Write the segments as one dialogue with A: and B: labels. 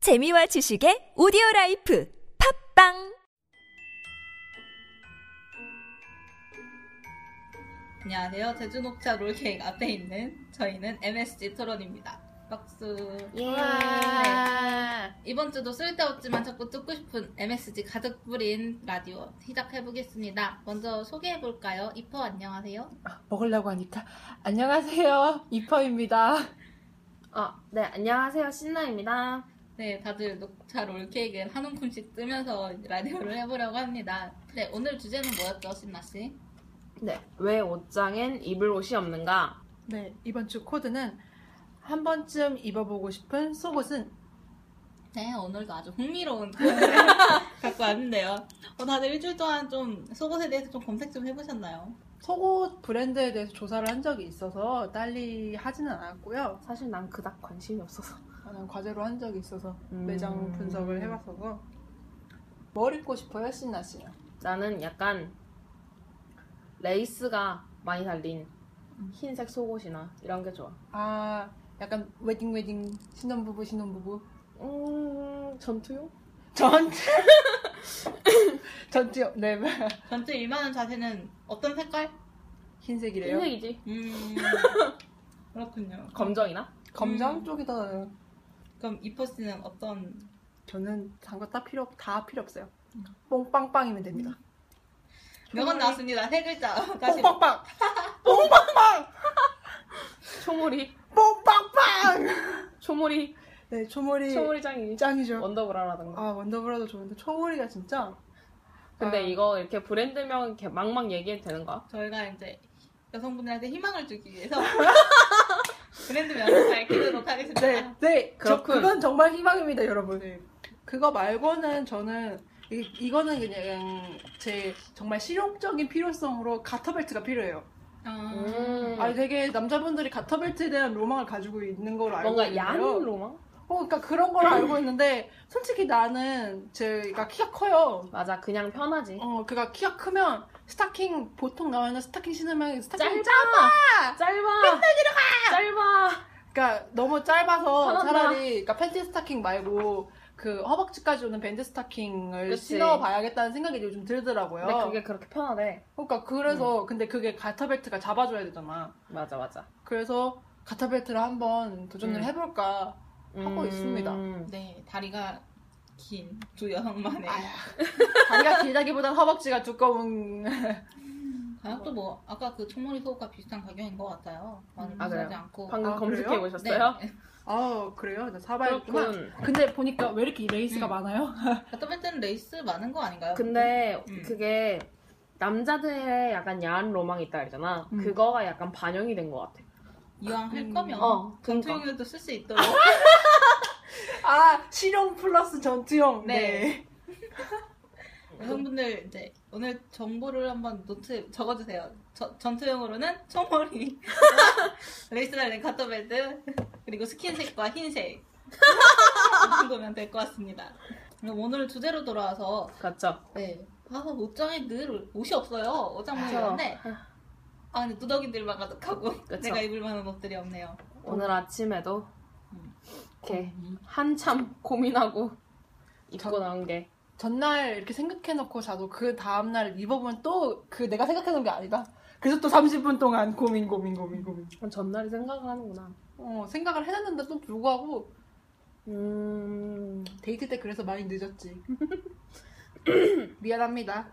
A: 재미와 지식의 오디오 라이프 팝빵
B: 안녕하세요. 제주녹차 롤케이크 앞에 있는 저희는 MSG 토론입니다. 박수.
C: 예.
B: 네.
D: 와.
B: 이번 주도 쓸데없지만 자꾸 듣고 싶은 MSG 가득 뿌린 라디오 시작해보겠습니다. 먼저 소개해볼까요? 이퍼 안녕하세요.
D: 먹으려고 하니까 안녕하세요 이퍼입니다.
C: 어, 네, 안녕하세요. 신나입니다.
B: 네, 다들 녹차 롤케이크는 한 움큼씩 뜨면서 라디오를 해보려고 합니다. 네, 오늘 주제는 뭐였죠, 신나씨?
C: 네, 왜 옷장엔 입을 옷이 없는가?
D: 네 이번 주 코드는 한 번쯤 입어보고 싶은 속옷은
B: 네, 오늘도 아주 흥미로운 갖고 왔는데요. 어, 다들 일주일 동안 좀 속옷에 대해서 좀 검색 좀 해보셨나요?
D: 속옷 브랜드에 대해서 조사를 한 적이 있어서 딸리 하지는 않았고요.
C: 사실 난 그닥 관심이 없어서.
D: 저는 과제로 한 적이 있어서
C: 음.
D: 매장 분석을 해봤어서 뭘 입고 싶어요 신나 씨는?
C: 나는 약간 레이스가 많이 달린
D: 음.
C: 흰색 속옷이나 이런 게 좋아.
D: 아 약간 웨딩 웨딩 신혼부부 신혼부부
C: 음, 전투용?
D: 전투 전투 네
B: 전체 1만원 자세는 어떤 색깔?
D: 흰색이래요.
C: 흰색이지.
B: 음, 그렇군요.
C: 검정이나?
D: 검정
B: 음.
D: 쪽이 더
B: 그럼 이퍼 씨는 어떤
D: 저는 단거 다 필요 없- 다 필요 없어요. 뽕빵빵이면 됩니다.
B: 명언 나왔습니다. 세 글자. 다시
D: 뽕빵빵,
C: 초모리,
D: 뽕빵빵.
C: 초모리,
D: 네 초머리
C: 초모리장이
D: 짱이죠.
C: 원더브라라던가.
D: 아 원더브라도 좋은데 초머리가 진짜.
C: 근데
D: 아.
C: 이거 이렇게 브랜드명 이렇게 막막 얘기해도 되는 거야?
B: 저희가 이제 여성분들한테 희망을 주기 위해서 브랜드 명을 밝히도록 하겠습니다.
D: 네, 네, 저
C: 그렇군.
D: 그건 정말 희망입니다, 여러분. 그거 말고는 저는 이, 이거는 그냥 제 정말 실용적인 필요성으로 가터벨트가 필요해요.
B: 아,
C: 음.
D: 아 되게 남자분들이 가터벨트에 대한 로망을 가지고 있는 걸로 알고
C: 뭔가
D: 있는데요.
C: 얀 로망?
D: 어, 그러니까 그런 걸 알고 있는데 솔직히 나는 제가 키가 커요.
C: 맞아, 그냥 편하지.
D: 어, 그가 키가 크면 스타킹 보통 나오는 스타킹 신으면 스타킹
C: 짧아! 짧아! 맨날 들어가! 짧아!
D: 그러니까 너무 짧아서
C: 편하다.
D: 차라리 그러니까 팬티 스타킹 말고 그 허벅지까지 오는 밴드 스타킹을
C: 그치.
D: 신어봐야겠다는 생각이 요즘 들더라고요.
C: 근데 네, 그게 그렇게 편하대.
D: 그러니까 그래서 근데 그게 가타벨트가 잡아줘야 되잖아.
C: 맞아, 맞아.
D: 그래서 가타벨트를 한번 도전을
C: 음.
D: 해볼까. 하고 있습니다.
B: 네, 다리가 긴 두 여성만의.
D: 아야. 다리가 길다기보단 허벅지가 두꺼운
B: 가격도 뭐 아까 그 총머리 속옷과 비슷한 가격인 것 같아요. 많이
D: 음.
C: 아,
B: 비싸지
C: 그래요?
B: 않고.
C: 방금
D: 아,
C: 검색해
D: 그래요?
C: 보셨어요?
B: 네.
D: 아 그래요? 나 사봐야겠구나.
C: 그렇군.
D: 근데 보니까 왜 이렇게 레이스가
B: 음.
D: 많아요?
B: 가터벨트는 레이스 많은 거 아닌가요?
C: 근데
B: 음.
C: 그게 남자들의 약간 야한 로망이 있다 그러잖아.
D: 음.
C: 그거가 약간 반영이 된 것 같아.
B: 이왕 할
D: 음,
B: 거면
C: 어, 그러니까.
B: 전투용에도 쓸 수 있도록.
D: 아 실용 플러스 전투용.
B: 네. 여성분들 이제 오늘 정보를 한번 노트 적어주세요. 저- 전투용으로는 총머리, 레이스 달린 카터벨트, 그리고 스킨색과 흰색 이 정도면 될 것 같습니다. 그럼 오늘 주제로 돌아와서
C: 그렇죠.
B: 네. 아 옷장에 늘 옷이 없어요. 옷장 문이
C: 그렇죠.
B: 없는데 아 근데 누더기들만 가득하고
C: 그쵸.
B: 내가 입을 만한 옷들이 없네요.
C: 오늘 아침에도
B: 음.
C: 이렇게 한참 고민하고 입고
D: 전-
C: 나온 게
D: 전날 이렇게 생각해놓고 자도 그 다음날 입어보면 또 그 내가 생각해놓은 게 아니다. 그래서 또 30분 동안 고민 고민 고민 고민.
C: 전날에 생각을 하는구나.
D: 어 생각을 해놨는데도 불구하고
C: 음,
D: 데이트 때 그래서 많이 늦었지. 미안합니다.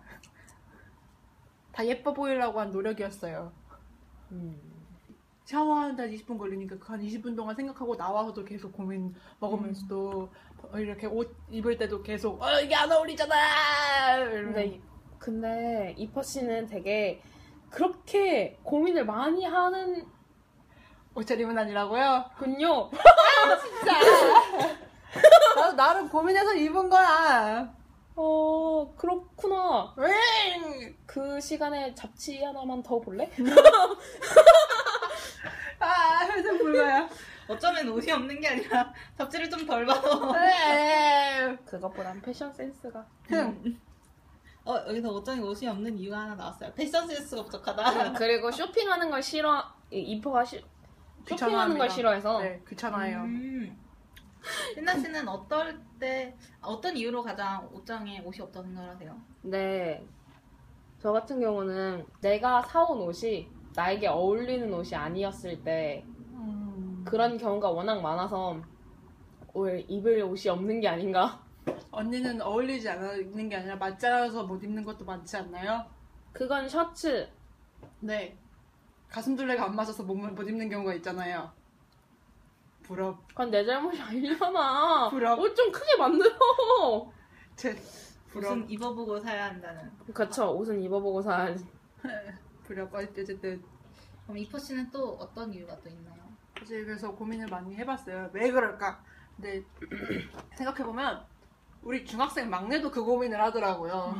D: 다 예뻐 보이려고 한 노력이었어요.
C: 음.
D: 샤워하는데 한 20분 걸리니까 그 한 20분 동안 생각하고 나와서도 계속 고민 먹으면서도 어, 이렇게 옷 입을 때도 계속 어 이게 안 어울리잖아.
C: 근데,
D: 이러면서.
C: 이- 근데 이퍼 씨는 되게 그렇게 고민을 많이 하는군요.
D: 옷차림은 아니라고요? 진짜. 나도 나름 고민해서 입은 거야.
C: 어, 그렇구나.
D: 왜?
C: 그 시간에 잡지 하나만 더 볼래?
D: 아, 회색 불가야.
B: 어쩌면 옷이 없는 게 아니라 잡지를 좀 덜
D: 어.
B: 봐서.
D: 왜?
C: 그것보단 패션 센스가.
D: 음,
B: 어 여기서 옷장에 옷이 없는 이유가 하나 나왔어요. 패션 센스가
C: 네.
B: 부족하다.
C: 그리고 쇼핑하는 걸 싫어, 이- 이퍼가 싫- 쇼핑하는 걸
D: 귀찮아합니다.
C: 싫어해서.
D: 네, 귀찮아요.
B: 음. 신나 씨는 어떨 때 어떤 이유로 가장 옷장에 옷이 없다고 생각하세요?
C: 네. 저 같은 경우는 내가 사온 옷이 나에게 어울리는 옷이 아니었을 때
D: 음,
C: 그런 경우가 워낙 많아서 올 입을 옷이 없는 게 아닌가.
D: 언니는 어울리지 않는 게 아니라 맞잘라서 못 입는 것도 많지 않나요?
C: 그건 셔츠.
D: 네. 가슴둘레가 안 맞아서 몸을 못 입는 경우가 있잖아요. 부럽.
C: 그건 내 잘못이 아니잖아.
D: 부럽.
C: 옷 좀 크게 만들어.
D: 제 부럽.
B: 옷은 입어보고 사야 한다는.
C: 그쵸. 옷은 입어보고 사.
D: 부럽. 어쨌든
B: 그럼 이퍼 씨는 또 어떤 이유가 또 있나요?
D: 사실 그래서 고민을 많이 해봤어요. 왜 그럴까? 근데 생각해보면 우리 중학생 막내도 그 고민을 하더라고요.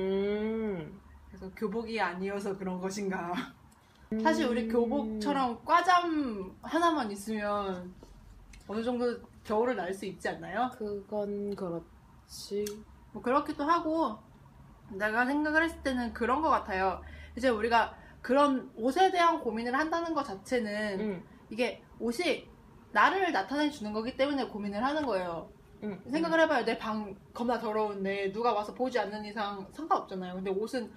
C: 음.
D: 그래서 교복이 아니어서 그런 것인가. 사실 우리 교복처럼 과잠 하나만 있으면 어느 정도 겨울을 날 수 있지 않나요?
C: 그건 그렇지.
D: 뭐 그렇기도 하고 내가 생각을 했을 때는 그런 것 같아요. 이제 우리가 그런 옷에 대한 고민을 한다는 것 자체는
C: 응.
D: 이게 옷이 나를 나타내 주는 거기 때문에 고민을 하는 거예요.
C: 응.
D: 음, 생각을 해봐요. 내 방 겁나 더러운데 누가 와서 보지 않는 이상 상관없잖아요. 근데 옷은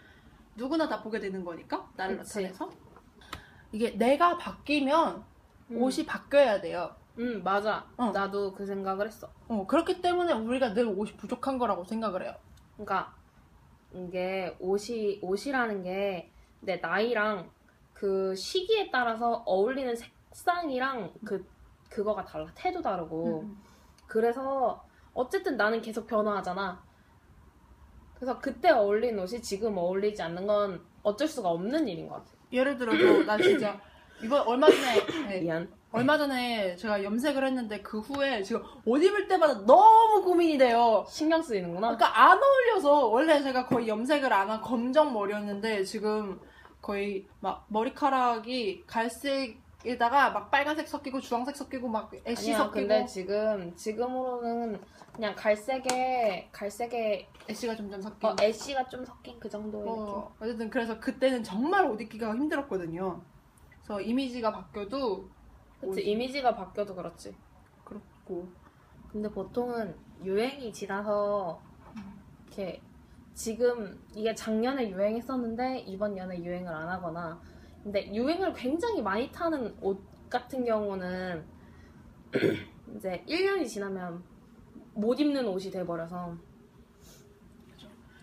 D: 누구나 다 보게 되는 거니까 나를
C: 그치.
D: 나타내서 이게 내가 바뀌면
C: 음.
D: 옷이 바뀌어야 돼요.
C: 응 맞아.
D: 어.
C: 나도 그 생각을 했어.
D: 어, 그렇기 때문에 우리가 늘 옷이 부족한 거라고 생각을 해요.
C: 그러니까 이게 옷이 옷이라는 게 내 나이랑 그 시기에 따라서 어울리는 색상이랑 그 그거가 달라 태도 다르고
D: 음.
C: 그래서 어쨌든 나는 계속 변화하잖아. 그래서 그때 어울린 옷이 지금 어울리지 않는 건 어쩔 수가 없는 일인 것 같아.
D: 예를 들어서 나 진짜 이번 얼마 전에 네,
C: 미안.
D: 얼마 전에 제가 염색을 했는데 그 후에 지금 옷 입을 때마다 너무 고민이 돼요.
C: 신경 쓰이는구나.
D: 그러니까 안 어울려서 원래 제가 거의 염색을 안 한 검정 머리였는데 지금 거의 막 머리카락이 갈색에다가 막 빨간색 섞이고 주황색 섞이고 막 애쉬
C: 아니야.
D: 섞이고
C: 근데 지금 지금으로는 그냥 갈색에 갈색에
D: 애쉬가 점점 섞이고
C: 어, 애쉬가 좀 섞인 그 정도의 느낌.
D: 음. 어, 어쨌든 그래서 그때는 정말 옷 입기가 힘들었거든요. 그래서 이미지가 바뀌어도
C: 그치 이미지가 바뀌어도 그렇지.
D: 그렇고
C: 근데 보통은 유행이 지나서 이렇게 지금 이게 작년에 유행했었는데 이번 연에 유행을 안 하거나 근데 유행을 굉장히 많이 타는 옷 같은 경우는 이제 1년이 지나면 못 입는 옷이 돼버려서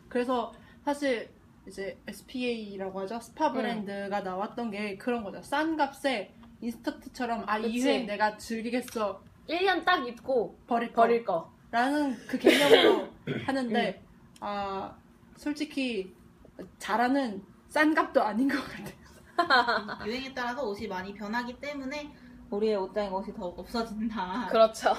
D: 그래서 사실 이제 SPA라고 하죠 스파 브랜드가 나왔던 게 그런 거죠. 싼 값에 인스턴트처럼 아 이
C: 그치.
D: 유행 내가 즐기겠어
C: 1년 딱 입고
D: 버릴 거
C: 버릴 거.
D: 라는 그 개념으로 하는데 아 솔직히 잘하는 싼 값도 아닌 것 같아요.
B: 유행에 따라서 옷이 많이 변하기 때문에 우리의 옷장에 옷이 더 없어진다.
C: 그렇죠.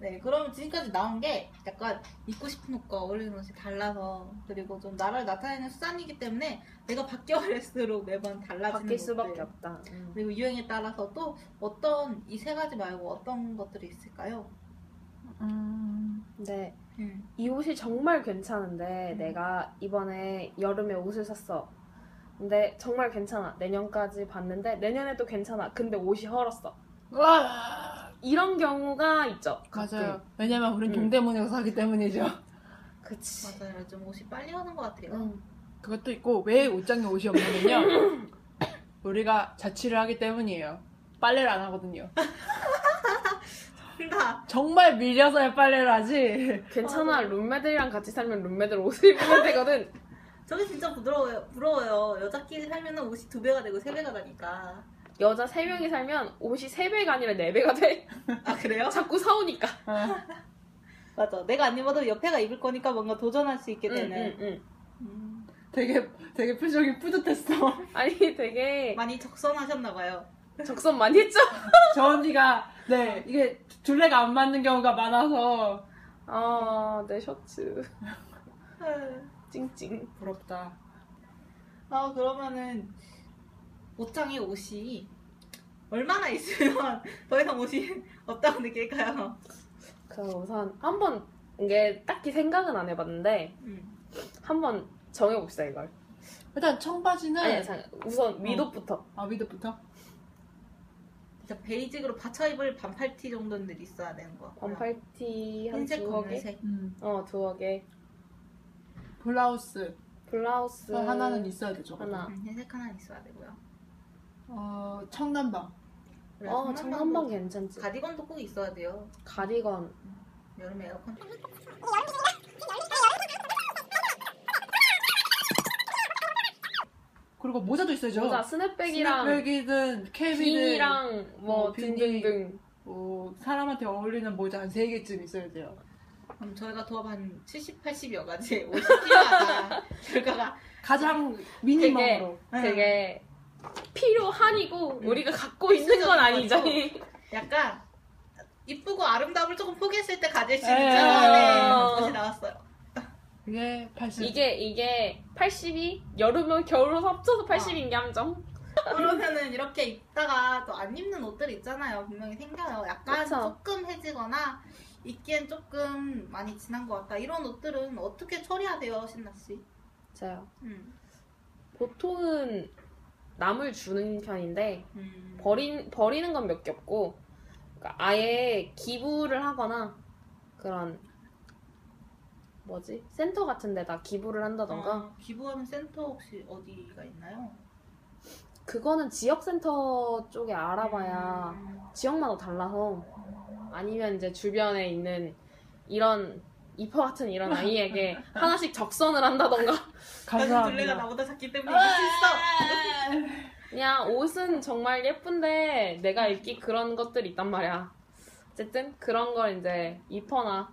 B: 네, 그럼 지금까지 나온 게 약간 입고 싶은 옷과 어울리는 옷이 달라서 그리고 좀 나를 나타내는 수단이기 때문에 내가 바뀌어갈수록 매번 달라지는
C: 바뀔 수밖에
B: 것들.
C: 없다. 음.
B: 그리고 유행에 따라서 또 어떤 이 세 가지 말고 어떤 것들이 있을까요?
C: 근데
B: 음.
C: 이 옷이 정말 괜찮은데
B: 음.
C: 내가 이번에 여름에 옷을 샀어. 근데 정말 괜찮아. 내년까지 봤는데 내년에도 괜찮아. 근데 옷이 헐었어.
D: 와
C: 이런 경우가 있죠.
D: 맞아요.
C: 가끔.
D: 왜냐면 우린
C: 음.
D: 동대문에 가서 하기 때문이죠.
C: 그치. 음.
B: 맞아요. 음. 요즘 옷이 빨리 하는 것 같아요.
C: 응.
D: 그것도 있고 왜 옷장에 옷이 없냐면요. 우리가 자취를 하기 때문이에요. 빨래를 안 하거든요.
B: 한다.
D: 정말 밀려서야 빨래를 하지.
C: 괜찮아.
B: 어.
C: 룸메들이랑 같이 살면 룸메들 옷을 입으면 되거든.
B: 저게 진짜 부러워요. 부러워요. 여자끼리 살면 옷이 두 배가 되고 세 배가 되니까.
C: 여자 3명이 살면 옷이 3배가 아니라 4배가 돼.
B: 아 그래요?
C: 자꾸 사오니까.
D: 아,
B: 맞아. 내가 안 입어도 옆에가 입을 거니까 뭔가 도전할 수 있게
C: 응,
B: 되는.
C: 응, 응.
B: 음,
D: 되게 되게 표정이 뿌듯했어.
C: 음. 아니 되게
B: 네. 많이 적선하셨나 봐요.
C: 적선 많이 했죠?
D: 저 언니가 네 이게 둘레가 안 맞는 경우가 많아서
C: 아, 내 셔츠. 찡찡.
D: 부럽다.
B: 아 그러면은 옷장에 옷이 얼마나 있으면 더 이상 옷이 없다고 느낄까요?
C: 그래서 우선 한번 이게 딱히 생각은 안 해봤는데
B: 음.
C: 한번 정해봅시다 이걸.
D: 일단 청바지는
C: 네. 아니 잠깐 우선 윗옷부터.
D: 아 위드부터
B: 진짜 베이직으로 받쳐 입을 반팔티 정도는 늘 있어야 되는 거 같고요.
C: 반팔티 한
B: 흰색
C: 두어 개?
B: 검은색
D: 음.
C: 어, 두어 개.
D: 블라우스
C: 블라우스.
D: 하나는 있어야 되죠.
C: 하나.
B: 음, 흰색 하나 있어야 되고요.
D: 어, 청남방.
B: 그래,
C: 어,
B: 정말
C: 청남방 괜찮지.
B: 가디건도 꼭 있어야 돼요.
C: 가디건.
B: 여름에 에어컨 좀
D: 그리고 모자도 있어야죠.
C: 모자 스냅백이랑
D: 스냅백이든 캐비든
C: 빈이랑 뭐
D: 어, 비니.
C: 등등등.
D: 뭐 사람한테 어울리는 모자 한 세 개쯤 있어야 돼요.
B: 그럼 저희가 도합 한 70, 80여 가지 50kg가 결과가
D: 가장 미니멈으로.
C: 되게 필요한이고
D: 음.
C: 우리가 갖고 있는 건 아니죠.
D: 그렇죠.
B: 약간 이쁘고 아름다움을 조금 포기했을 때 가질 수
D: 에이.
B: 있는 네, 것이 나왔어요.
D: 그게 80.
C: 이게 이게 80이 여름은 겨울로 합쳐서 80인 게 함정.
B: 그러면은 이렇게 입다가 또 안 입는 옷들 있잖아요. 분명히 생겨요. 약간
C: 그쵸.
B: 조금 해지거나 입기엔 조금 많이 지난 것 같다. 이런 옷들은 어떻게 처리해야 돼요, 신나 씨?
C: 맞아요.
B: 음.
C: 보통은 남을 주는 편인데
B: 음.
C: 버린 버리는 건 몇 개 없고 그러니까 아예 기부를 하거나 그런 뭐지 센터 같은 데다 기부를 한다던가
B: 어, 기부하는 센터 혹시 어디가 있나요?
C: 그거는 지역 센터 쪽에 알아봐야
B: 음.
C: 지역마다 달라서 아니면 이제 주변에 있는 이런 이퍼 같은 이런 아이에게 하나씩 적선을 한다던가
B: 나는 둘레가
D: 감사합니다.
B: 나보다 작기 때문에 입을 수 있어.
C: 그냥 옷은 정말 예쁜데 내가 입기 그런 것들 있단 말이야. 어쨌든 그런 걸 이제 입어나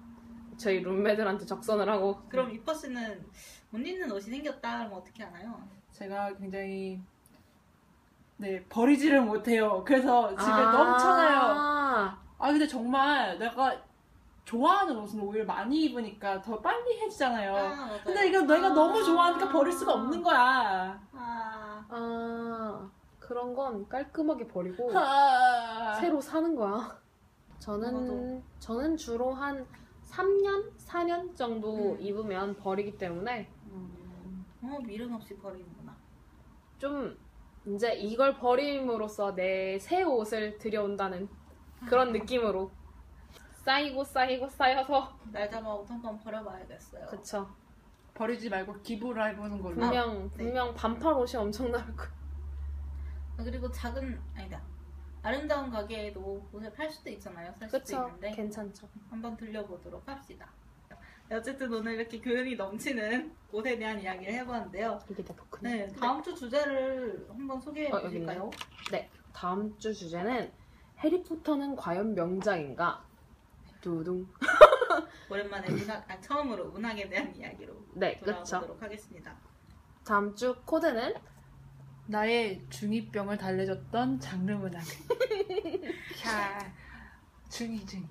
C: 저희 룸메들한테 적선을 하고
B: 그럼 이퍼 씨는 못 입는 옷이 생겼다 그러면 어떻게 하나요?
D: 제가 굉장히 네 버리지를 못해요. 그래서 집에
C: 아.
D: 넘쳐나요. 아 근데 정말 내가 좋아하는 옷은 오히려 많이 입으니까 더 빨리 해지잖아요.
B: 맞아요.
D: 근데 이거 내가
C: 아.
D: 너무 좋아하니까 버릴 수가 없는 거야.
B: 아,
C: 아 그런 건 깔끔하게 버리고
D: 아.
C: 새로 사는 거야. 저는
B: 맞아.
C: 저는 주로 한 3년 4년 정도
B: 음.
C: 입으면 버리기 때문에
D: 음.
B: 어 미련 없이 버리는구나.
C: 좀 이제 이걸 버림으로써 내 새 옷을 들여온다는 그런 느낌으로 쌓이고 쌓이고 쌓여서
B: 날 잡아오고 한번 버려봐야겠어요.
C: 그쵸
D: 버리지 말고 기부를 해보는 걸로.
C: 분명
B: 네.
C: 분명 반팔 옷이 엄청 나올 거야
B: 아, 그리고 작은 아니다. 아름다운 가게에도 옷을 팔 수도 있잖아요. 살 수도
C: 그쵸
B: 있는데
C: 괜찮죠
B: 한번 들려보도록 합시다. 어쨌든 오늘 이렇게 교훈이 넘치는 옷에 대한 이야기를 해보았는데요.
C: 이게 다 포크네
B: 네, 다음 주 주제를 한번 소개해
C: 어, 여기 있네.
B: 보실까요?
C: 다음 주 주제는 해리포터는 과연 명작인가 두둥
B: 오랜만에 문학, 아, 처음으로 문학에 대한 이야기로
C: 네 그쵸
B: 돌아오도록 하겠습니다.
C: 다음 주 코드는
D: 나의 중이병을 달래줬던 장르문학.
B: 자,
D: 중이 중이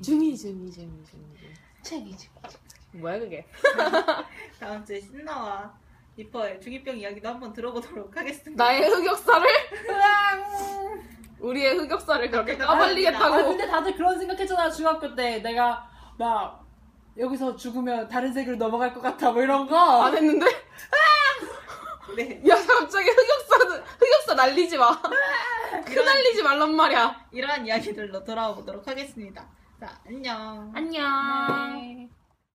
C: 중이
D: 중이
C: 중이 중이 중이
D: 중이 중이.
C: 뭐야 그게
B: 다음 주에 신나와 리퍼의 중이병 이야기도 한번 들어보도록 하겠습니다.
C: 나의 흑역사를 우리의 흑역사를 그렇게
D: 아
C: 까발리겠다고
D: 근데 다들 그런 생각했잖아 중학교 때 내가 막 여기서 죽으면 다른 세계로 넘어갈 것 같아 뭐 이런 거.
C: 안 했는데
B: 네,
C: 야 갑자기 흑역사는 흑역사 날리지 마
B: 이런,
C: 흩날리지 말란 말이야
B: 이러한 이야기들로 돌아오도록 하겠습니다. 자, 안녕.
C: 안녕
D: 네.